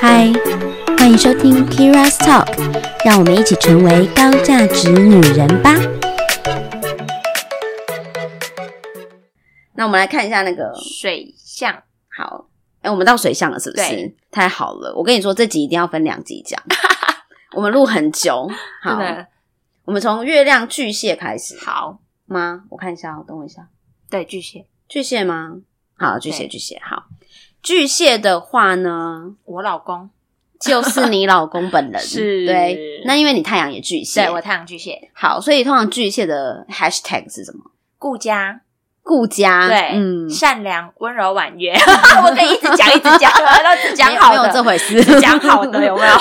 嗨，欢迎收听 Kira's Talk，让我们一起成为高价值女人吧。那我们来看一下那个水象，好，哎、我们到水象了，是不是对？太好了！我跟你说，这集一定要分两集 讲，我们录很久。真好，的我们从月亮巨蟹开始好，吗？我看一下哦，等我一下，对巨蟹，巨蟹吗？好，巨蟹，对巨蟹，好。巨蟹的话呢，我老公，就是你老公本人， 是对。那因为你太阳也巨蟹，对我太阳巨蟹，好，所以通常巨蟹的 hashtag 是什么？顾家，顾家，对，嗯，善良、温柔、婉 约，我可以一直讲一直 讲，然后只讲好没有没有这的。回事， 只讲好的有没 有？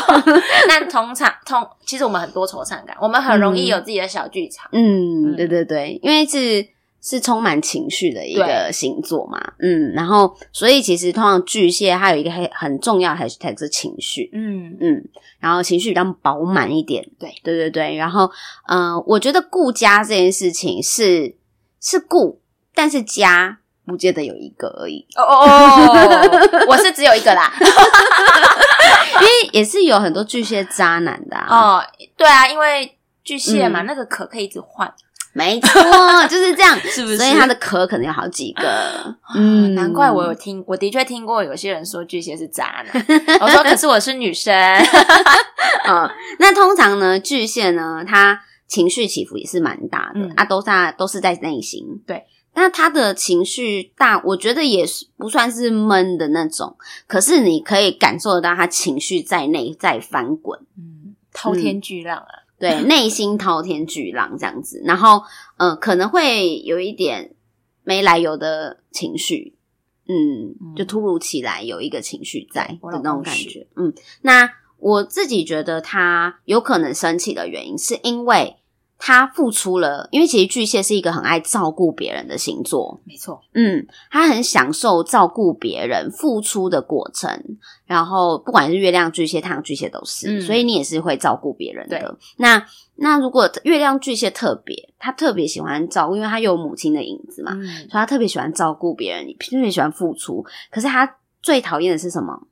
那同场同，其实我们很多愁善感，我们很容易有自己的小剧场。嗯，嗯对对对，因为是是充满情绪的一个对星座嘛，嗯，然后所以其实通常巨蟹它有一个很很重要的 hashtag 是情绪，嗯，嗯，然后情绪比较饱满一点，对对对对，然后呃，我觉得顾家这件事情是是顾，但是家不见得有一个而已，哦哦 哦，我是只有一个啦。 因为也是有很多巨蟹渣男的、啊、哦，哦，对啊，因为巨蟹嘛，嗯那个壳可以一直换，没错，就是这样， 是不是所以他的壳可能有好几个，嗯，嗯，难怪我有听，我的确听过有些人说巨蟹是渣 男。我说可是我是女 生，嗯，那通常呢，巨蟹呢，他情绪起伏也是蛮大的，嗯啊，都在都是在内心。对，那他的情绪大，我觉得也是不算是闷的那种，可是你可以感受得到他情绪在内在翻滚，嗯，滔天巨浪啊，对，内心滔天巨浪这样子，然后嗯、呃可能会有一点没来由的情绪。嗯，嗯就突如其来有一个情绪在我的老那种公感是觉，嗯，那我自己觉得他有可能生气的原因，是因为他付出了，因为其实巨蟹是一个很爱照顾别人的星座，没错，嗯，他很享受照顾别人付出的过程，然后不管是月亮巨蟹、太阳巨蟹都是，嗯所以你也是会照顾别人对的。那那如果月亮巨蟹特别，他特别喜欢照顾，因为他有母亲的影子嘛，嗯，所以他特别喜欢照顾别人，特别喜欢付出。可是他最讨厌的是什么？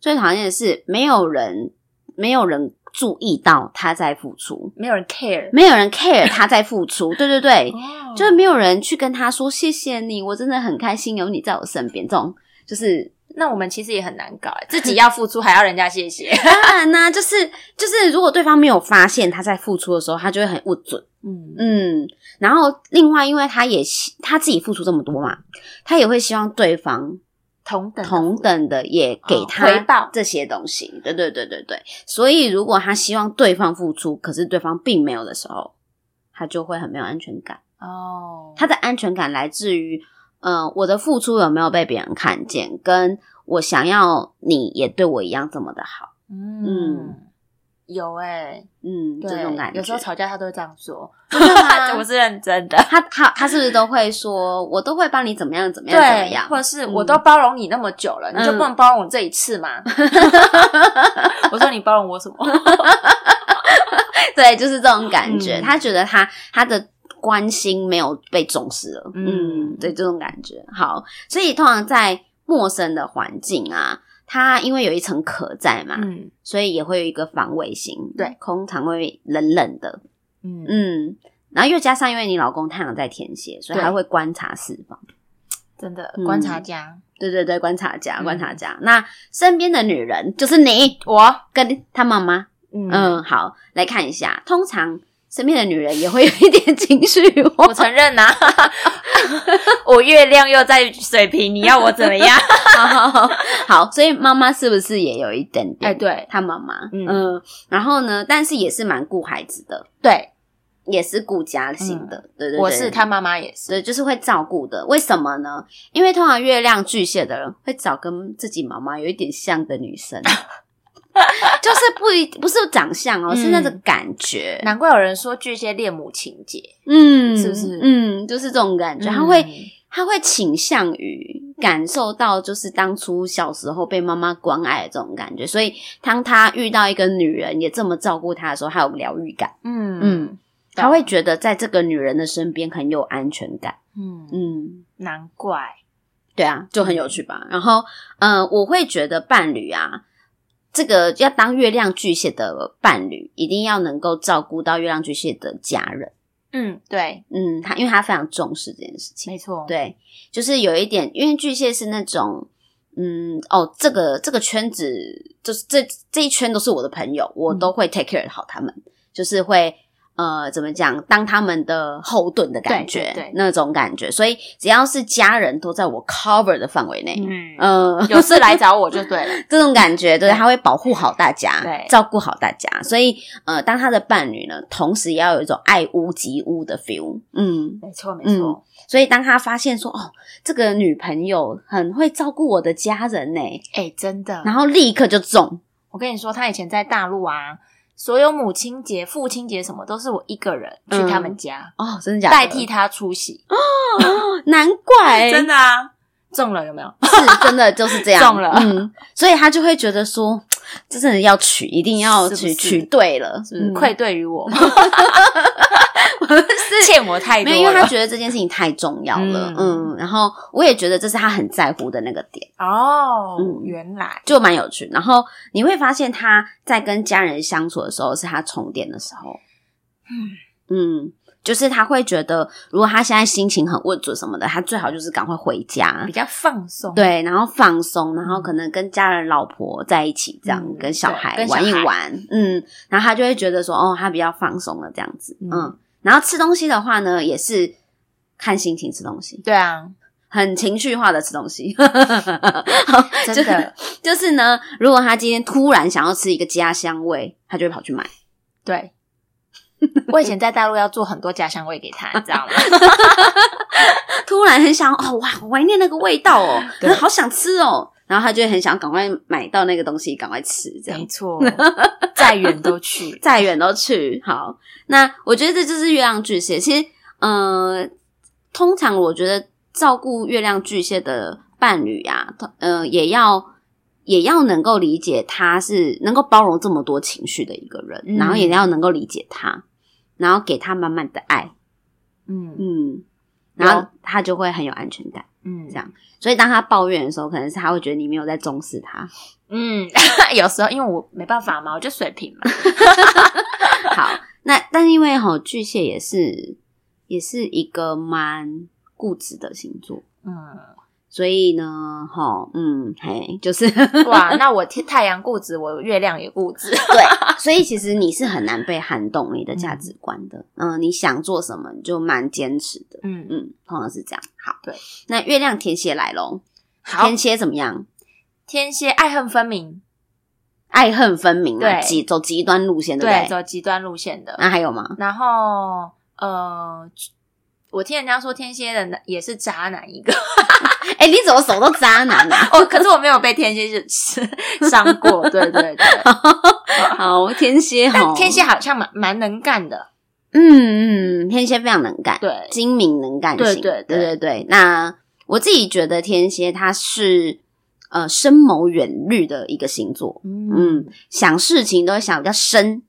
最讨厌的是没有人，没有人注意到他在付出，没有人 care，没有人 care 他在付出。对对对，哦就是没有人去跟他说谢谢你，我真的很开心有你在我身边。这种就是那我们其实也很难搞，欸自己要付出还要人家谢谢，当然呢、就是就是如果对方没有发现他在付出的时候，他就会很不准。嗯嗯，然后另外，因为他也希他自己付出这么多嘛，他也会希望对方 同等的啊同等的也给哦他回报这些东西。对对对对对，所以如果他希望对方付出，可是对方并没有的时候，他就会很没有安全感。哦，他的安全感来自于，呃，我的付出有没有被别人看见，跟我想要你也对我一样这么的好。嗯嗯有哎，嗯，这种感对，觉。有时候吵架他都会这样说，真的 吗我是认真的。他他他是不是都会说，我都会帮你怎么样怎么样怎么对，样？或者是嗯我都包容你那么久了，你就嗯不能包容我这一次吗？ 我说你包容我什么？对，就是这种感觉。嗯他觉得他他的关心没有被重视了，嗯嗯对，这种感觉。好，所以通常在陌生的环境啊，他因为有一层壳在嘛，嗯所以也会有一个防卫心，对，通常会冷冷的，嗯嗯。然后又加上，因为你老公太阳在天蝎，所以对他会观察四方。真的嗯观察家，对对对，观察家，嗯观察家。那身边的女人就是你我跟他妈妈。嗯嗯，好，来看一下。通常身边的女人也会有一点情绪化我。承认呐、啊我月亮又在水瓶，你要我怎么样？ 好，好，所以妈妈是不是也有一点点？哎 对她妈妈，嗯嗯然后呢，但是也是蛮顾孩子的，对，嗯也是顾家型的，对对对，我是他妈妈也是，对，就是会照顾的。为什么呢？因为通常月亮巨蟹的人会找跟自己妈妈有一点像的女 生，就是不一不是长相哦，是那种嗯感觉，难怪有人说巨蟹恋母情节，嗯，是不是嗯嗯，就是这种感觉，他会他会倾向于感受到，就是当初小时候被妈妈关爱的这种感觉，所以当他遇到一个女人也这么照顾他的时候，他有疗愈感，嗯嗯嗯他会觉得在这个女人的身边很有安全感。嗯，嗯，难怪对啊，就很有趣吧。然后，嗯、呃，我会觉得伴侣啊，这个要当月亮巨蟹的伴侣，一定要能够照顾到月亮巨蟹的家人。嗯，对，嗯，他因为他非常重视这件事情。没错，对，就是有一点，因为巨蟹是那种，嗯，哦，这个这个圈子，就是这这一圈都是我的朋嗯友，我都会 take care 好他们，就是会呃，怎么讲，当他们的后盾的感觉，对对对那种感觉。所以只要是家人都在我 cover 的范围内，嗯，嗯、有事 来找我就 对了。这种感觉，对，对他会保护好大家，对照顾好大家。所以，呃，当他的伴侣呢，同时也要有一种爱屋及乌的 feel，嗯，没错，没嗯，所以当他发现说，哦，这个女朋友很会照顾我的家人呢，哎、真的。然后立刻就中，我跟你说，他以前在大陆啊，所有母亲节、父亲节什么都是我一个人去他们家、哦，真的假的？嗯哦代替他出席，难怪，真的啊，中了有没有？是真的就是这样， 中了嗯，所以他就会觉得说，这真的要娶，一定要是不娶，是娶对了，是不是嗯愧对于我， 欠我太多没了。有，因为他觉得这件事情太重要了，嗯嗯然后我也觉得这是他很在乎的那个点，哦，嗯原来就蛮有趣。然后你会发现他在跟家人相处的时候，是他充电的时候，嗯就是他会觉得，如果他现在心情很稳准什么的，他最好就是赶快回家比，较放松，对，然后放松，然后可能跟家人、老婆在一起，这样、嗯跟小对孩跟小玩一孩玩，嗯，然后他就会觉得说，哦，他比较放松了这样子，嗯嗯然后吃东西的话呢，也是看心情吃东西，对啊，很情绪化的吃东 西，真就的 就是呢，如果他今天突然想要吃一个家乡味，他就会跑去买。 对。我以前在大陆要做很多家乡味给他，你知 道吗？突然很想哦哇，好怀念那个味道哦，对可是好想吃哦，然后他就会很想赶快买到那个东西，赶快吃，这样没错， 再远都去。再远都去。好，那我觉得这就是月亮巨蟹。其实，呃，通常我觉得照顾月亮巨蟹的伴侣啊，呃，也要也要能够理解他是能够包容这么多情绪的一个人，嗯然后也要能够理解他，然后给他满满的爱，嗯嗯，有然后他就会很有安全感。嗯，这样所以当他抱怨的时候，可能是他会觉得你没有在重视他。嗯， 有时候因为我没办法嘛，我就水平嘛。好，那但因为哈、巨蟹也是也是一个蛮固执的星座，嗯，所以呢，哈、嗯，嘿，就是哇，那我天太阳固执，我月亮也固执。 对，啊所以其实你是很难被撼动你的价值观的。嗯、你想做什么，你就蛮坚持的。嗯，嗯，通常是这样。好，对，那月亮天蝎来喽， 好，天蝎怎么样？天蝎爱恨分明，爱恨分明啊，对极走极端路线，对不对，对？嗯走极端路线的。那还有吗？ 然后，呃，我听人家说天蝎的男也是渣男一 个，哎、你怎么手都渣男啊呢、哦，可是我没有被天蝎 是伤过，对对 对。 哦好， 天蝎哈但，天蝎，好像蛮蛮能干的，嗯嗯，天蝎非常能干，对精明能干型，对对对对对对那我自己觉得天蝎他是呃深谋远虑的一个星座，嗯，想事情都会想比较深，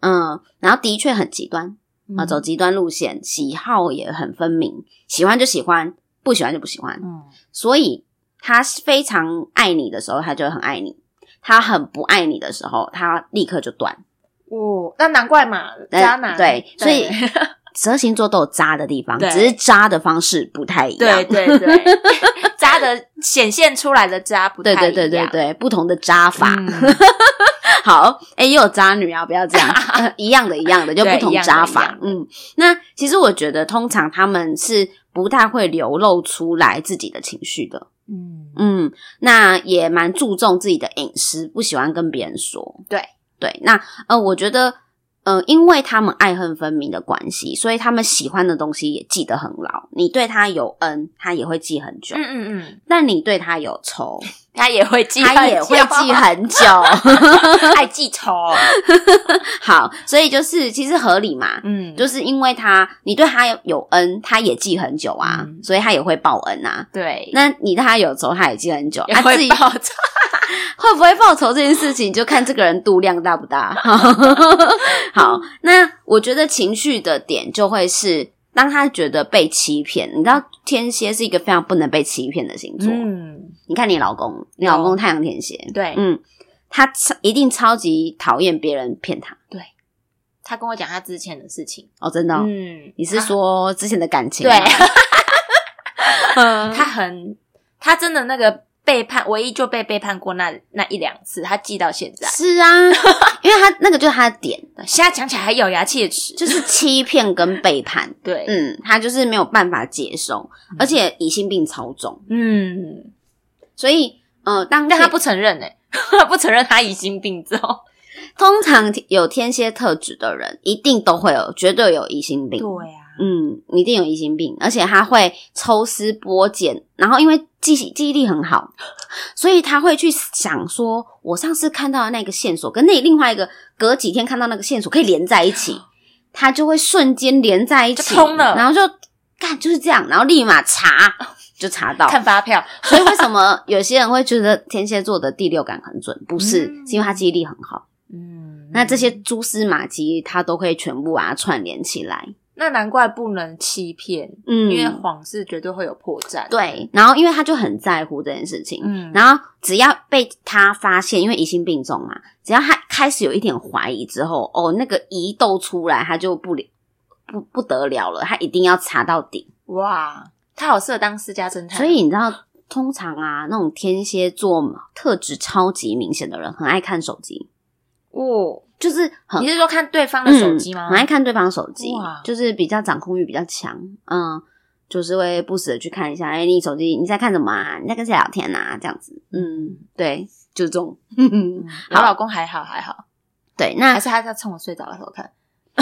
嗯，然后的确很极端嗯啊、走极端路线，喜好也很分明，喜欢就喜欢，不喜欢就不喜欢，嗯所以他非常爱你的时候，他就会很爱你；他很不爱你的时候，他立刻就断。哦，那难怪嘛，但渣男对，所以十二星座都有渣的地方， 对只是渣的方式不太 一样对。对对，渣的显现出来的渣不对太一样对对对对，不同的渣法。嗯好，哎、也有渣女啊，不要这 样，呃一样的，一样的，就对不同一样的渣一法样。的嗯，那其实我觉得，通常他们是不太会流露出来自己的情绪的。嗯嗯，那也蛮注重自己的隐私，不喜欢跟别人说。对对，那呃，我觉得呃，因为他们爱恨分明的关系，所以他们喜欢的东西也记得很牢。你对他有恩，他也会记很久；嗯嗯嗯，但你对他有仇，他也会记恨，他也会记 很久。 爱记仇，好，所以就是其实合理嘛。 嗯，就是因为他，你对他有有恩，他也记很久啊，嗯所以他也会报恩啊。对，那你对他有仇，他也记很久，也啊，自己会报仇， 会不会报仇这件事情，就看这个人度量大不大。好，那我觉得情绪的点就会是，当他觉得被欺骗，你知道天蝎是一个非常不能被欺骗的星座。嗯，你看你老公，你老公太阳天蝎，对，嗯，他超一定超级讨厌别人骗他。他跟我讲他之前的事情。哦，真的哦、嗯，你是说之前的感情对 嗯吗？，他很，他真的那个背叛，唯一就被背叛过那那一两次，他记到现在。是啊，因为他那个就是他的点，现在讲起来还咬牙切齿。就是欺骗跟背叛。对，嗯，他就是没有办法接受，而且疑心病超重，嗯，所以呃，当但他天不承认哎、他 不承认他疑心病重。通常有天蝎特质的人，一定都会有，绝对有疑心病。啊，嗯，一定有疑心病，而且他会抽丝剥茧，然后因为记记忆力很好， 所以他会去想说，我上次看到的那个线索跟那另外一个隔几天看到那个线索可以连在一 起，他就会瞬间连在一起，就通了然后就干就是这样，然后立马查就查到。看发票。 所以为什么有些人会觉得天蝎座的第六感很准？不是，嗯是因为他记忆力很好。嗯，那这些蛛丝马迹，他都会全部把它串联起来。那难怪不能欺骗，嗯，因为谎是绝对会有破绽。，对，然后因为他就很在乎这件事情，嗯，然后只要被他发现，因为疑心病重嘛，只要他开始有一点怀疑之后，哦，那个疑窦出来，他就不了不不得了了，他一定要查到底。哇，他好适合当私家侦探。所以你知道，通常啊，那种天蝎座嘛特质超级明显的人，很爱看手机，哦，就是很你是说看对方的嗯手机吗？很爱看对方手机哇，就是比较掌控欲比较强，嗯，就是会不时的去看一下，哎、你手机你在看什么啊？你在跟谁聊天啊？这样子，嗯，对，就这种，嗯我好老公还好还好， 对，还 那是他在趁我睡着的时候看。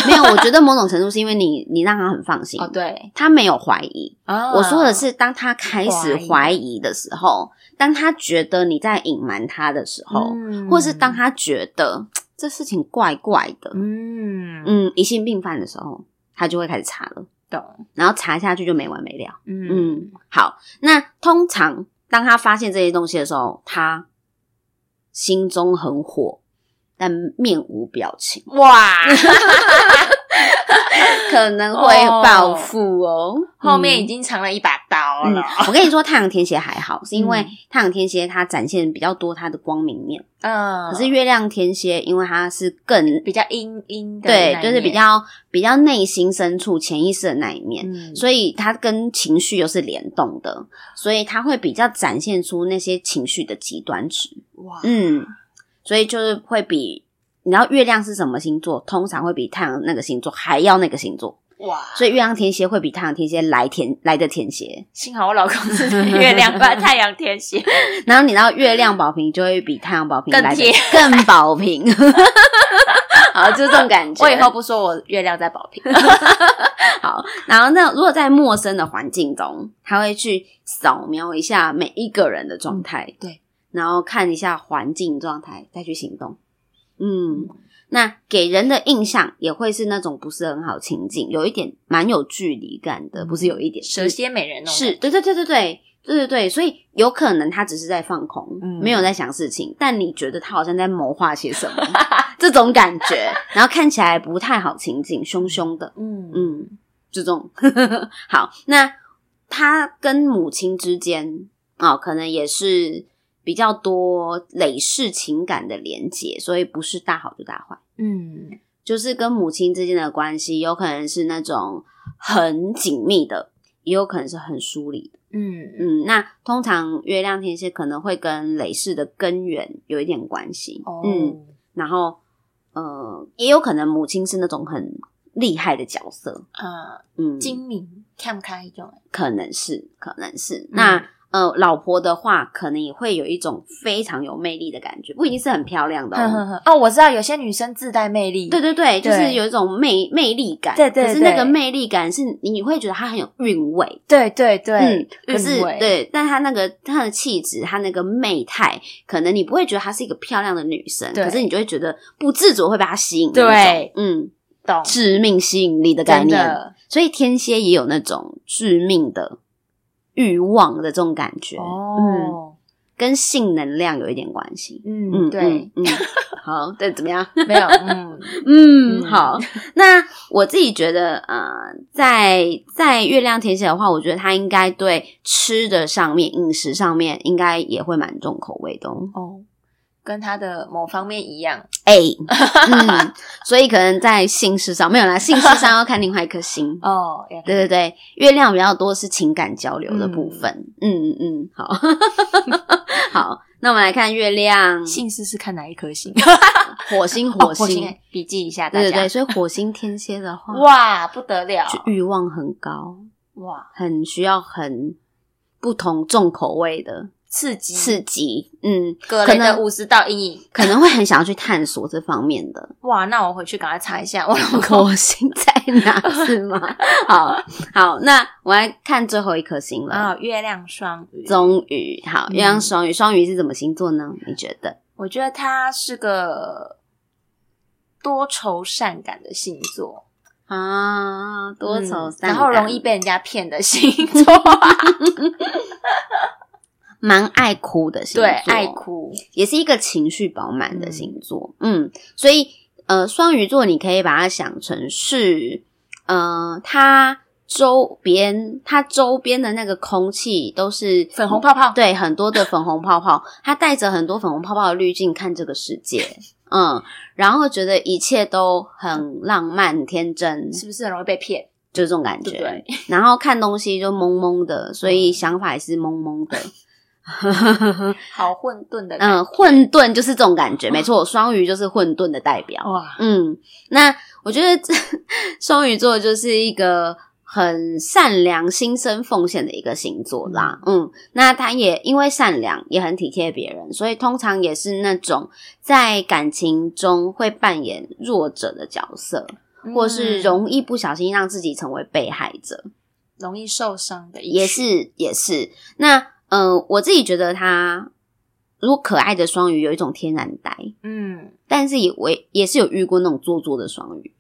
没有，我觉得某种程度是因为你，你让他很放心，哦，对，他没有怀疑。啊我说的是，当他开始怀疑怀疑的时候，当他觉得你在隐瞒他的时候，嗯或是当他觉得嘖这事情怪怪的，嗯嗯嗯，疑心病犯的时候，他就会开始查了。懂然后查下去就没完没了。嗯嗯，好，那通常当他发现这些东西的时候，他心中很火，但面无表 情，哇，可能会报复哦。后面已经。经藏了一把刀嗯了，， 我跟你说，太阳天蝎还 好，是因为嗯太阳天蝎它展现比较多它的光明面，嗯，可是月亮天蝎，因为它是更比较阴阴的那一对面，，就是比较比较内心深处、潜意识的那一面，嗯，所以它跟情绪又是联动的，所以它会比较展现出那些情绪的极端值。哇，嗯，所以就是会比你知道月亮是什么星座，通常会比太阳那个星座还要那个星座，哇，所以月亮天蝎会比太阳天蝎来天来的天蝎，幸好我老公是月亮吧，太阳天 蝎，然后你知道月亮宝瓶就会比太阳宝瓶更来的贴更宝瓶。 好，就是这种感觉。我以后不说我月亮在宝 瓶，好，然后那如果在陌生的环境中，他会去扫描一下每一个人的状态，对，然后看一下环境状态，再去行动。嗯，那给人的印象也会是那种不是很好情景，有一点蛮有距离感的，不是有一点蛇蝎美人那种哦是对对对对对对对对，所以有可能他只是在放空，嗯没有在想事情，但你觉得他好像在谋划些什么这种感觉，然后看起来不太好情景，凶凶的。嗯嗯嗯，就这种。 好，那他跟母亲之间哦，可能也是比较多累世情感的连结，所以不是大好就大坏。嗯，就是跟母亲之间的关系，有可能是那种很紧密的，也有可能是很疏离的。嗯嗯，那通常月亮天蝎可能会跟累世的根源有一点关系。哦嗯，然后呃，也有可能母亲是那种很厉害的角色。啊，嗯，精明看不开一种，欸可能是，可能是。嗯那呃，老婆的话，可能也会有一种非常有魅力的感觉，不一定是很漂亮的、哼哦。哼 哼哦，我知道有些女生自带魅力，对对对，就对是有一种魅魅力感，对对可是那对个魅力感是你你会觉得她很有韵味，对对嗯对，，可是韵味，对，但她那个她的气质，她那个媚态，可能你不会觉得她是一个漂亮的女生，对可是你就会觉得不自主会被她吸引，对，嗯，懂致命吸引力的概真念，的所以天蝎也有那种致命的欲望的这种感觉。嗯，哦。跟性能量有一点关系。嗯，对，嗯，嗯好，对，怎么 样？没有，嗯，嗯，嗯好。那我自己觉得，呃，在在月亮填写的话，我觉得它应该对吃的上面、饮食上面，应该也会蛮重口味的、哦。哦，跟他的某方面一样，哎、 嗯，所以可能在性事上没有啦，性事上要看另外一颗星。 哦，也可以对对对，月亮比较多是情感交流的部分。嗯嗯嗯，好， 好。那我们来看月亮、姓氏是看哪一颗星？ 火星、哦火火星，星，笔记一下大对对对，家。所以火星天蝎的话，哇，不得了！就欲望很高，哇，很需要很不同重口味的刺激，刺激，嗯，格雷可的能五十道阴影。可能会很想要去探索这方面 的哇，那我回去赶快查一下，我老公火星在哪是 吗？好好，那我来看最后一颗星了。啊，月亮双鱼。终于好，嗯月亮双鱼，双鱼是怎么星座呢？你觉得？我觉得他是个多愁善感的星座，嗯啊，多愁善感，然后容易被人家骗的星 座，蛮爱哭的星座，对，爱，哭，也是一个情绪饱满的星座。嗯所以呃，双鱼座你可以把它想成是，呃，它周边它周边的那个空气都是粉红泡泡。对，很多的粉红泡泡，他带着很多粉红泡泡的滤镜看这个世界，嗯，然后觉得一切都很浪漫、很天真，是不是很容易被骗？就这种感觉。对不对嗯然后看东西就懵懵的，所以想法也是懵懵的，好混沌的感觉，嗯嗯，混沌就是这种感觉，没错，双鱼就是混沌的代表。哇，嗯，那我觉得这 双鱼座就是一个很善良、心生奉献的一个星座啦。嗯那他也因为善良，也很体贴别人，所以通常也是那种在感情中会扮演弱者的角色，或是嗯容易不小心让自己成为被害者，容易受伤的一也群是也是。那呃，我自己觉得他如果可爱的双鱼有一种天然呆，嗯但是也我也也是有遇过那种做作的双鱼。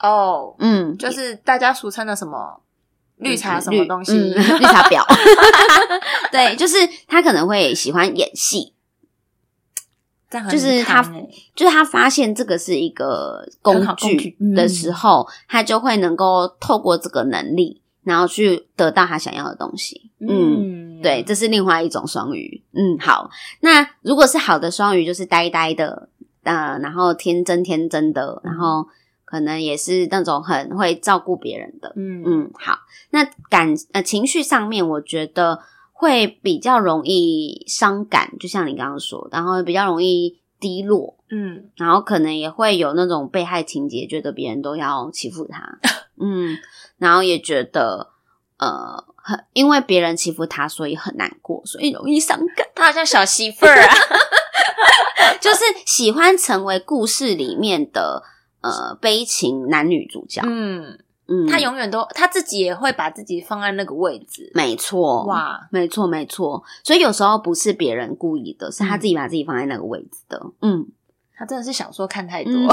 哦，嗯，就是大家俗称的什么绿茶什么东西，绿嗯绿茶婊。 对，就是他可能会喜欢演戏， 这样很就是他烫欸就是他发现这个是一个很工好工具具嗯的时候，他就会能够透过这个能力，然后去得到他想要的东西。嗯。嗯对，这是另外一种双鱼。嗯，好。那如果是好的双鱼，就是呆呆的，呃，然后天真天真的，嗯然后可能也是那种很会照顾别人的。嗯嗯嗯，好。那感呃情绪上面，我觉得会比较容易伤感，就像你刚刚说，然后比较容易低落，嗯，然后可能也会有那种被害情节，觉得别人都要欺负 他，嗯，然后也觉得呃很因为别人欺负他，所以很难过，所以容易伤感，他好像小媳妇儿啊， 就是喜欢成为故事里面的呃悲情男女主角。嗯，嗯，他永远都他自己也会把自己放在那个位置，没错，哇，没错，没错。所以有时候不是别人故意的，是他嗯自己把自己放在那个位置的。嗯，他真的是小说看太多，嗯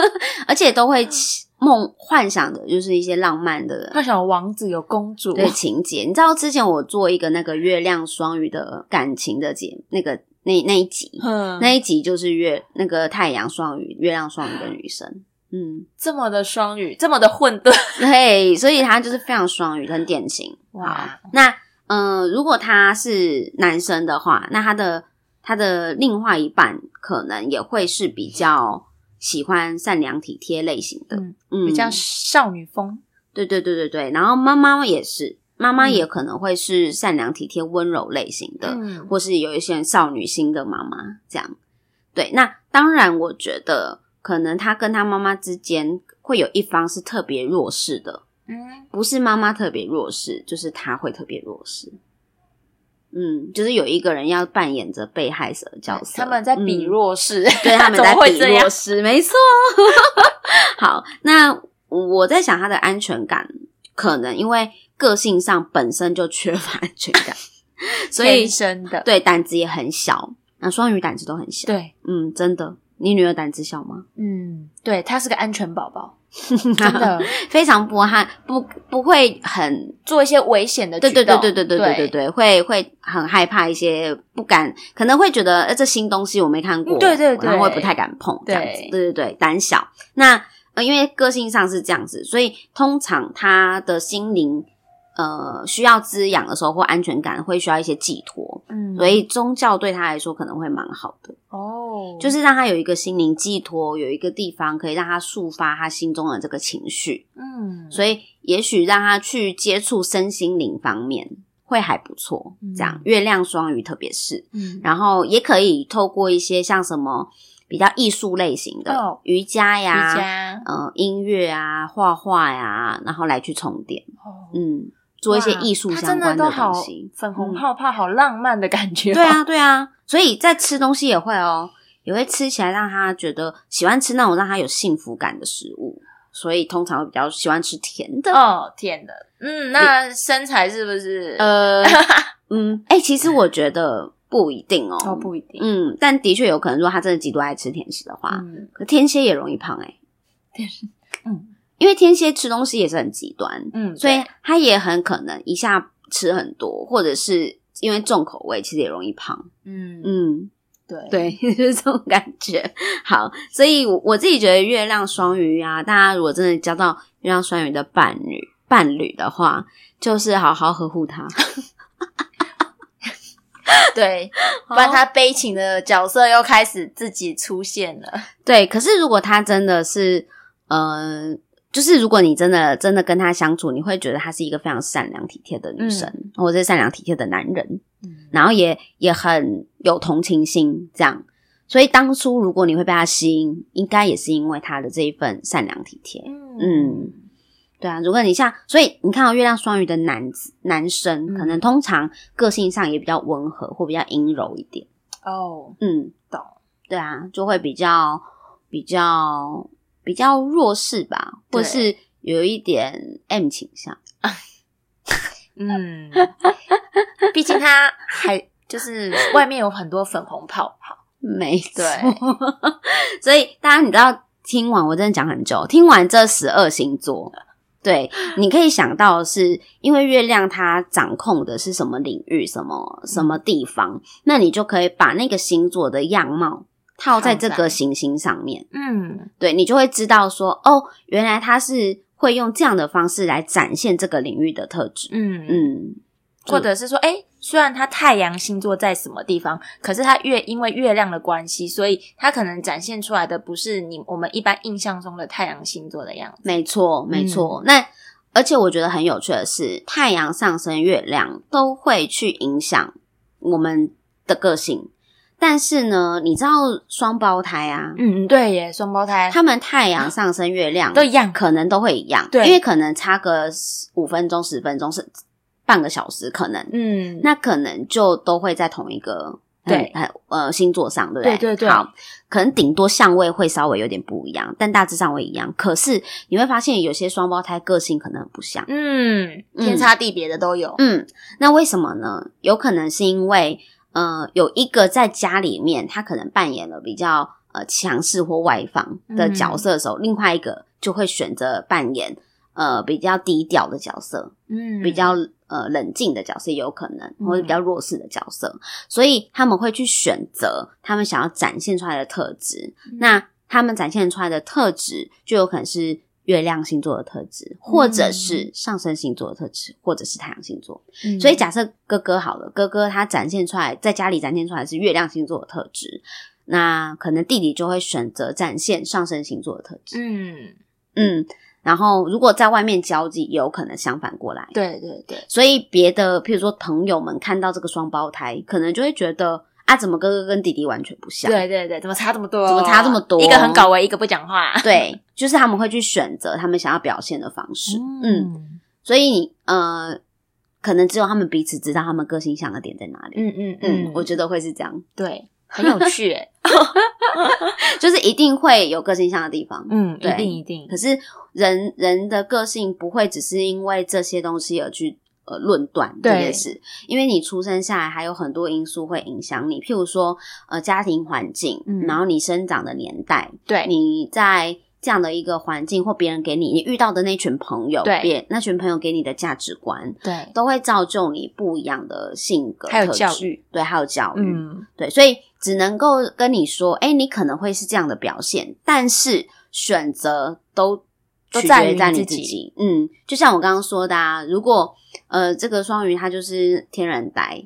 而且都会期梦幻想的，就是一些浪漫的他想有王子有公主，对情节。你知道之前我做一个那个月亮双鱼的感情的节，那个那那一集， 嗯，那一集就是月那个太阳双鱼、月亮双鱼的女生。嗯，这么的双语，这么的混沌，对，所以他就是非常双鱼，很典型。哇，那嗯、呃如果他是男生的话，那他的他的另外一半可能也会是比较喜欢善良体贴类型的，嗯嗯，比较少女风，对对对对对。然后妈妈也是，妈妈嗯也可能会是善良体贴温柔类型的，嗯，或是有一些人少女心的妈妈这样。对，那当然，我觉得可能他跟他妈妈之间会有一方是特别弱势的，嗯，不是妈妈特别弱势，就是她会特别弱势。嗯，就是有一个人要扮演着被害者的角色，他们在比嗯弱势， 对，他们 怎在么会比这样弱势，没错。 好，那我在想他的安全感，可能因为个性上本身就缺乏安全感， 所以天生的，对胆子也很小。那双鱼胆子都很小，对，嗯，真的。你女儿胆子小吗？ 嗯，对，他是个安全宝宝，真的非常不汉，不不会很做一些危险的对举对对动，对对对对对对，会会很害怕一些，不敢，可能会觉得呃这新东西我没看过，嗯对对对然后会不太敢碰这对样子，对对对，胆小。那呃因为个性上是这样子，所以通常他的心灵呃需要滋养的时候或安全感会需要一些寄托，嗯，所以宗教对他来说可能会蛮好的，哦，就是让他有一个心灵寄托，有一个地方可以让他抒发他心中的这个情绪。嗯，所以也许让他去接触身心灵方面会还不错。这样嗯，月亮双鱼特别是，嗯然后也可以透过一些像什么比较艺术类型的、哦瑜伽呀、瑜伽呃音乐啊、画画呀，然后来去充电，哦嗯，做一些哇艺术它相真的关都好东西。粉嗯红泡泡好浪漫的感觉、哦对，啊，对啊，所以在吃东西也会哦，也会吃起来让他觉得喜欢吃那种让他有幸福感的食物，所以通常会比较喜欢吃甜的。哦，甜的，嗯，那身材是不是？呃，嗯，哎、其实我觉得不一定哦，哦，不一定，嗯，但的确有可能，如果他真的极度爱吃甜食的话，嗯可天蝎也容易胖哎、嗯因为天蝎吃东西也是很极端，嗯，所以对他也很可能一下吃很多，或者是因为重口味，其实也容易胖。嗯嗯嗯，对对， 就是这种感觉。好，所以我我自己觉得月亮双鱼啊，大家如果真的交到月亮双鱼的伴侣伴侣的话，就是好好呵护他。 对，不然他悲情的角色又开始自己出现了。对，可是如果他真的是，呃，就是如果你真的真的跟他相处，你会觉得她是一个非常善良体贴的女生，嗯或者是善良体贴的男人，然后也也很有同情心，这样。所以当初如果你会被他吸引，应该也是因为他的这一份善良体贴。嗯，对啊，如果你像，所以你看哦到月亮双鱼的男子男生，嗯可能通常个性上也比较温和或比较阴柔一点。哦，嗯，懂。对啊，就会比较比较比较弱势吧，对或是有一点 M 倾向。嗯，毕竟他还就是 外面有很多粉红泡泡。没错 对，所以大家你知道，听完我真的讲很久，听完这十二星座。对，你可以想到的是因为月亮它掌控的是什么领域、什么什么地方，那你就可以把那个星座的样貌套在这套在个行星上面。嗯，对你就会知道说，哦，原来他是会用这样的方式来展现这个领域的特质。嗯嗯，嗯，或者是说，哎、虽然他太阳星座在什么地方，可是他月因为月亮的关系，所以他可能展现出来的不是你我们一般印象中的太阳星座的样子。没错，没嗯错。那而且我觉得很有趣的是，太阳上升、月亮都会去影响我们的个性。但是呢，你知道双胞胎啊，嗯，对耶，双胞胎他们太阳上升、月亮都一样，可能都会一样，对因为可能差个五分钟、十分钟是半个小时，可能嗯，那可能就都会在同一个对很很呃星座上，对不对？对对对好，可能顶多相位会稍微有点不一样，但大致上会一样。可是你会发现有些双胞胎个性可能很不像。嗯，天差地别的都有。嗯，那为什么呢？有可能是因为呃，有一个在家里面他可能扮演了比较呃强势或外放嗯的角色的时候，另外一个就会选择扮演呃比较低调的角色。嗯，比较呃冷静的角色也有可能，或者嗯比较弱势的角色，所以他们会去选择他们想要展现出来的特质。嗯那他们展现出来的特质，就有可能是月亮星座的特质，或者是上升星座的特质，或者是太阳星座。嗯，所以假设哥哥好了，哥哥他展现出来在家里展现出来是月亮星座的特质，那可能弟弟就会选择展现上升星座的特质。嗯，嗯，然后如果在外面交际，也有可能相反过来。对对对，所以别的，譬如说朋友们看到这个双胞胎，可能就会觉得啊，怎么哥哥跟弟弟完全不像？对对对，怎么差这么多？怎么差这么多一个很搞维，一个不讲话。对就是他们会去选择他们想要表现的方式。嗯，所以你呃，可能只有他们彼此知道他们个性像的点在哪里。嗯嗯嗯，嗯，我觉得会是这样，对，很有 趣耶。就是一定会有个性像的地方。嗯，对一定一定可。是人人的个性不会只是因为这些东西而去呃论断这对件事，因为你出生下来还有很多因素会影响你，譬如说呃家庭环境，嗯然后你生长的年代，对，你在这样的一个环境或别人给你你遇到的那群朋友，对别那群朋友给你的价值观，对，都会造就你不一样的性格，还有教育，对，还有教育，嗯，对，所以只能够跟你说，哎，你可能会是这样的表现，但是选择都都取在决于在你你自自己己。嗯，就像我刚刚说的啊，如果呃这个双鱼他就是天然 呆，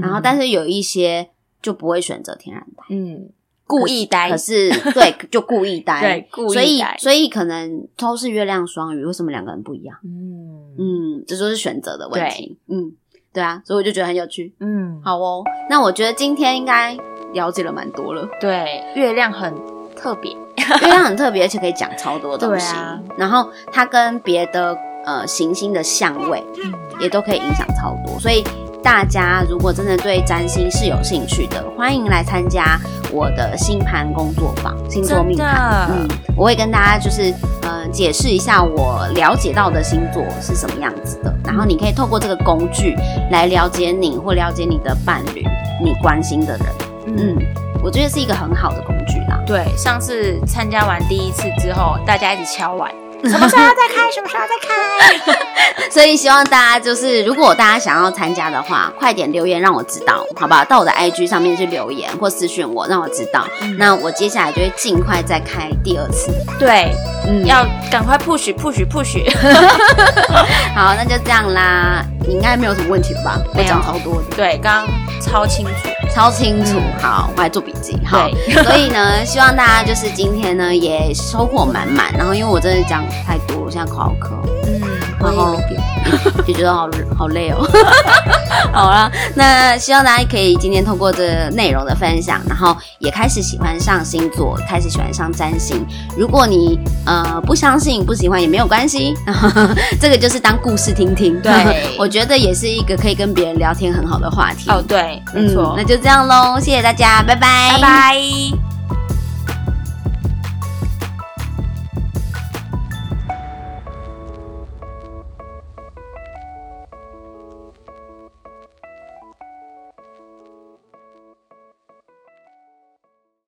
然后但是有一些就不会选择天然呆，嗯，故意呆可，是对，就故意呆， 对，故所意以呆，所以可能都是月亮双鱼，为什么两个人不一样？嗯嗯嗯，这就是选择的问题。嗯，对啊，所以我就觉得很有趣。嗯，好，好哦，那我觉得今天应该了解了蛮多了。对，月亮很特别，因为它很特别，而且可以讲超多东西。对啊然后它跟别的呃行星的相位也都可以影响超多，所以大家如果真的对占星是有兴趣的，欢迎来参加我的星盘工作坊、星座真命盘。嗯的，，我会跟大家就是呃解释一下我了解到的星座是什么样子的，然后你可以透过这个工具来了解你或了解你的伴侣、你关心的人。嗯嗯。，我觉得是一个很好的工具啦。对，上次参加完第一次之后，大家一直敲碗，什么时候要再开？什么时候要再开？所以希望大家就是，如果大家想要参加的话，快点留言让我知道，好不好？到我的 IG 上面去留言或私讯我，让我知道。嗯那我接下来就会尽快再开第二次。对，嗯，要赶快 push push push。好，那就这样啦。你应该没有什么问题了吧？我没有讲超多的， 对，刚刚超清楚。超清楚。好，我还做笔记。好，对，所以呢， 希望大家就是今天呢也收获满满。然后因为我真的讲太多，我现在口好渴哦。嗯，然后我也有一 点就觉得好好累哦。 好啦，那希望大家可以今天通过这个内容的分享，然后也开始喜欢上星座，开始喜欢上占星。如果你呃不相信、不喜欢也没有关系， 这个就是当故事听听。对我觉得也是一个可以跟别人聊天很好的话题。哦，对，没嗯错那。就这样喽，谢谢大家，拜拜，拜拜。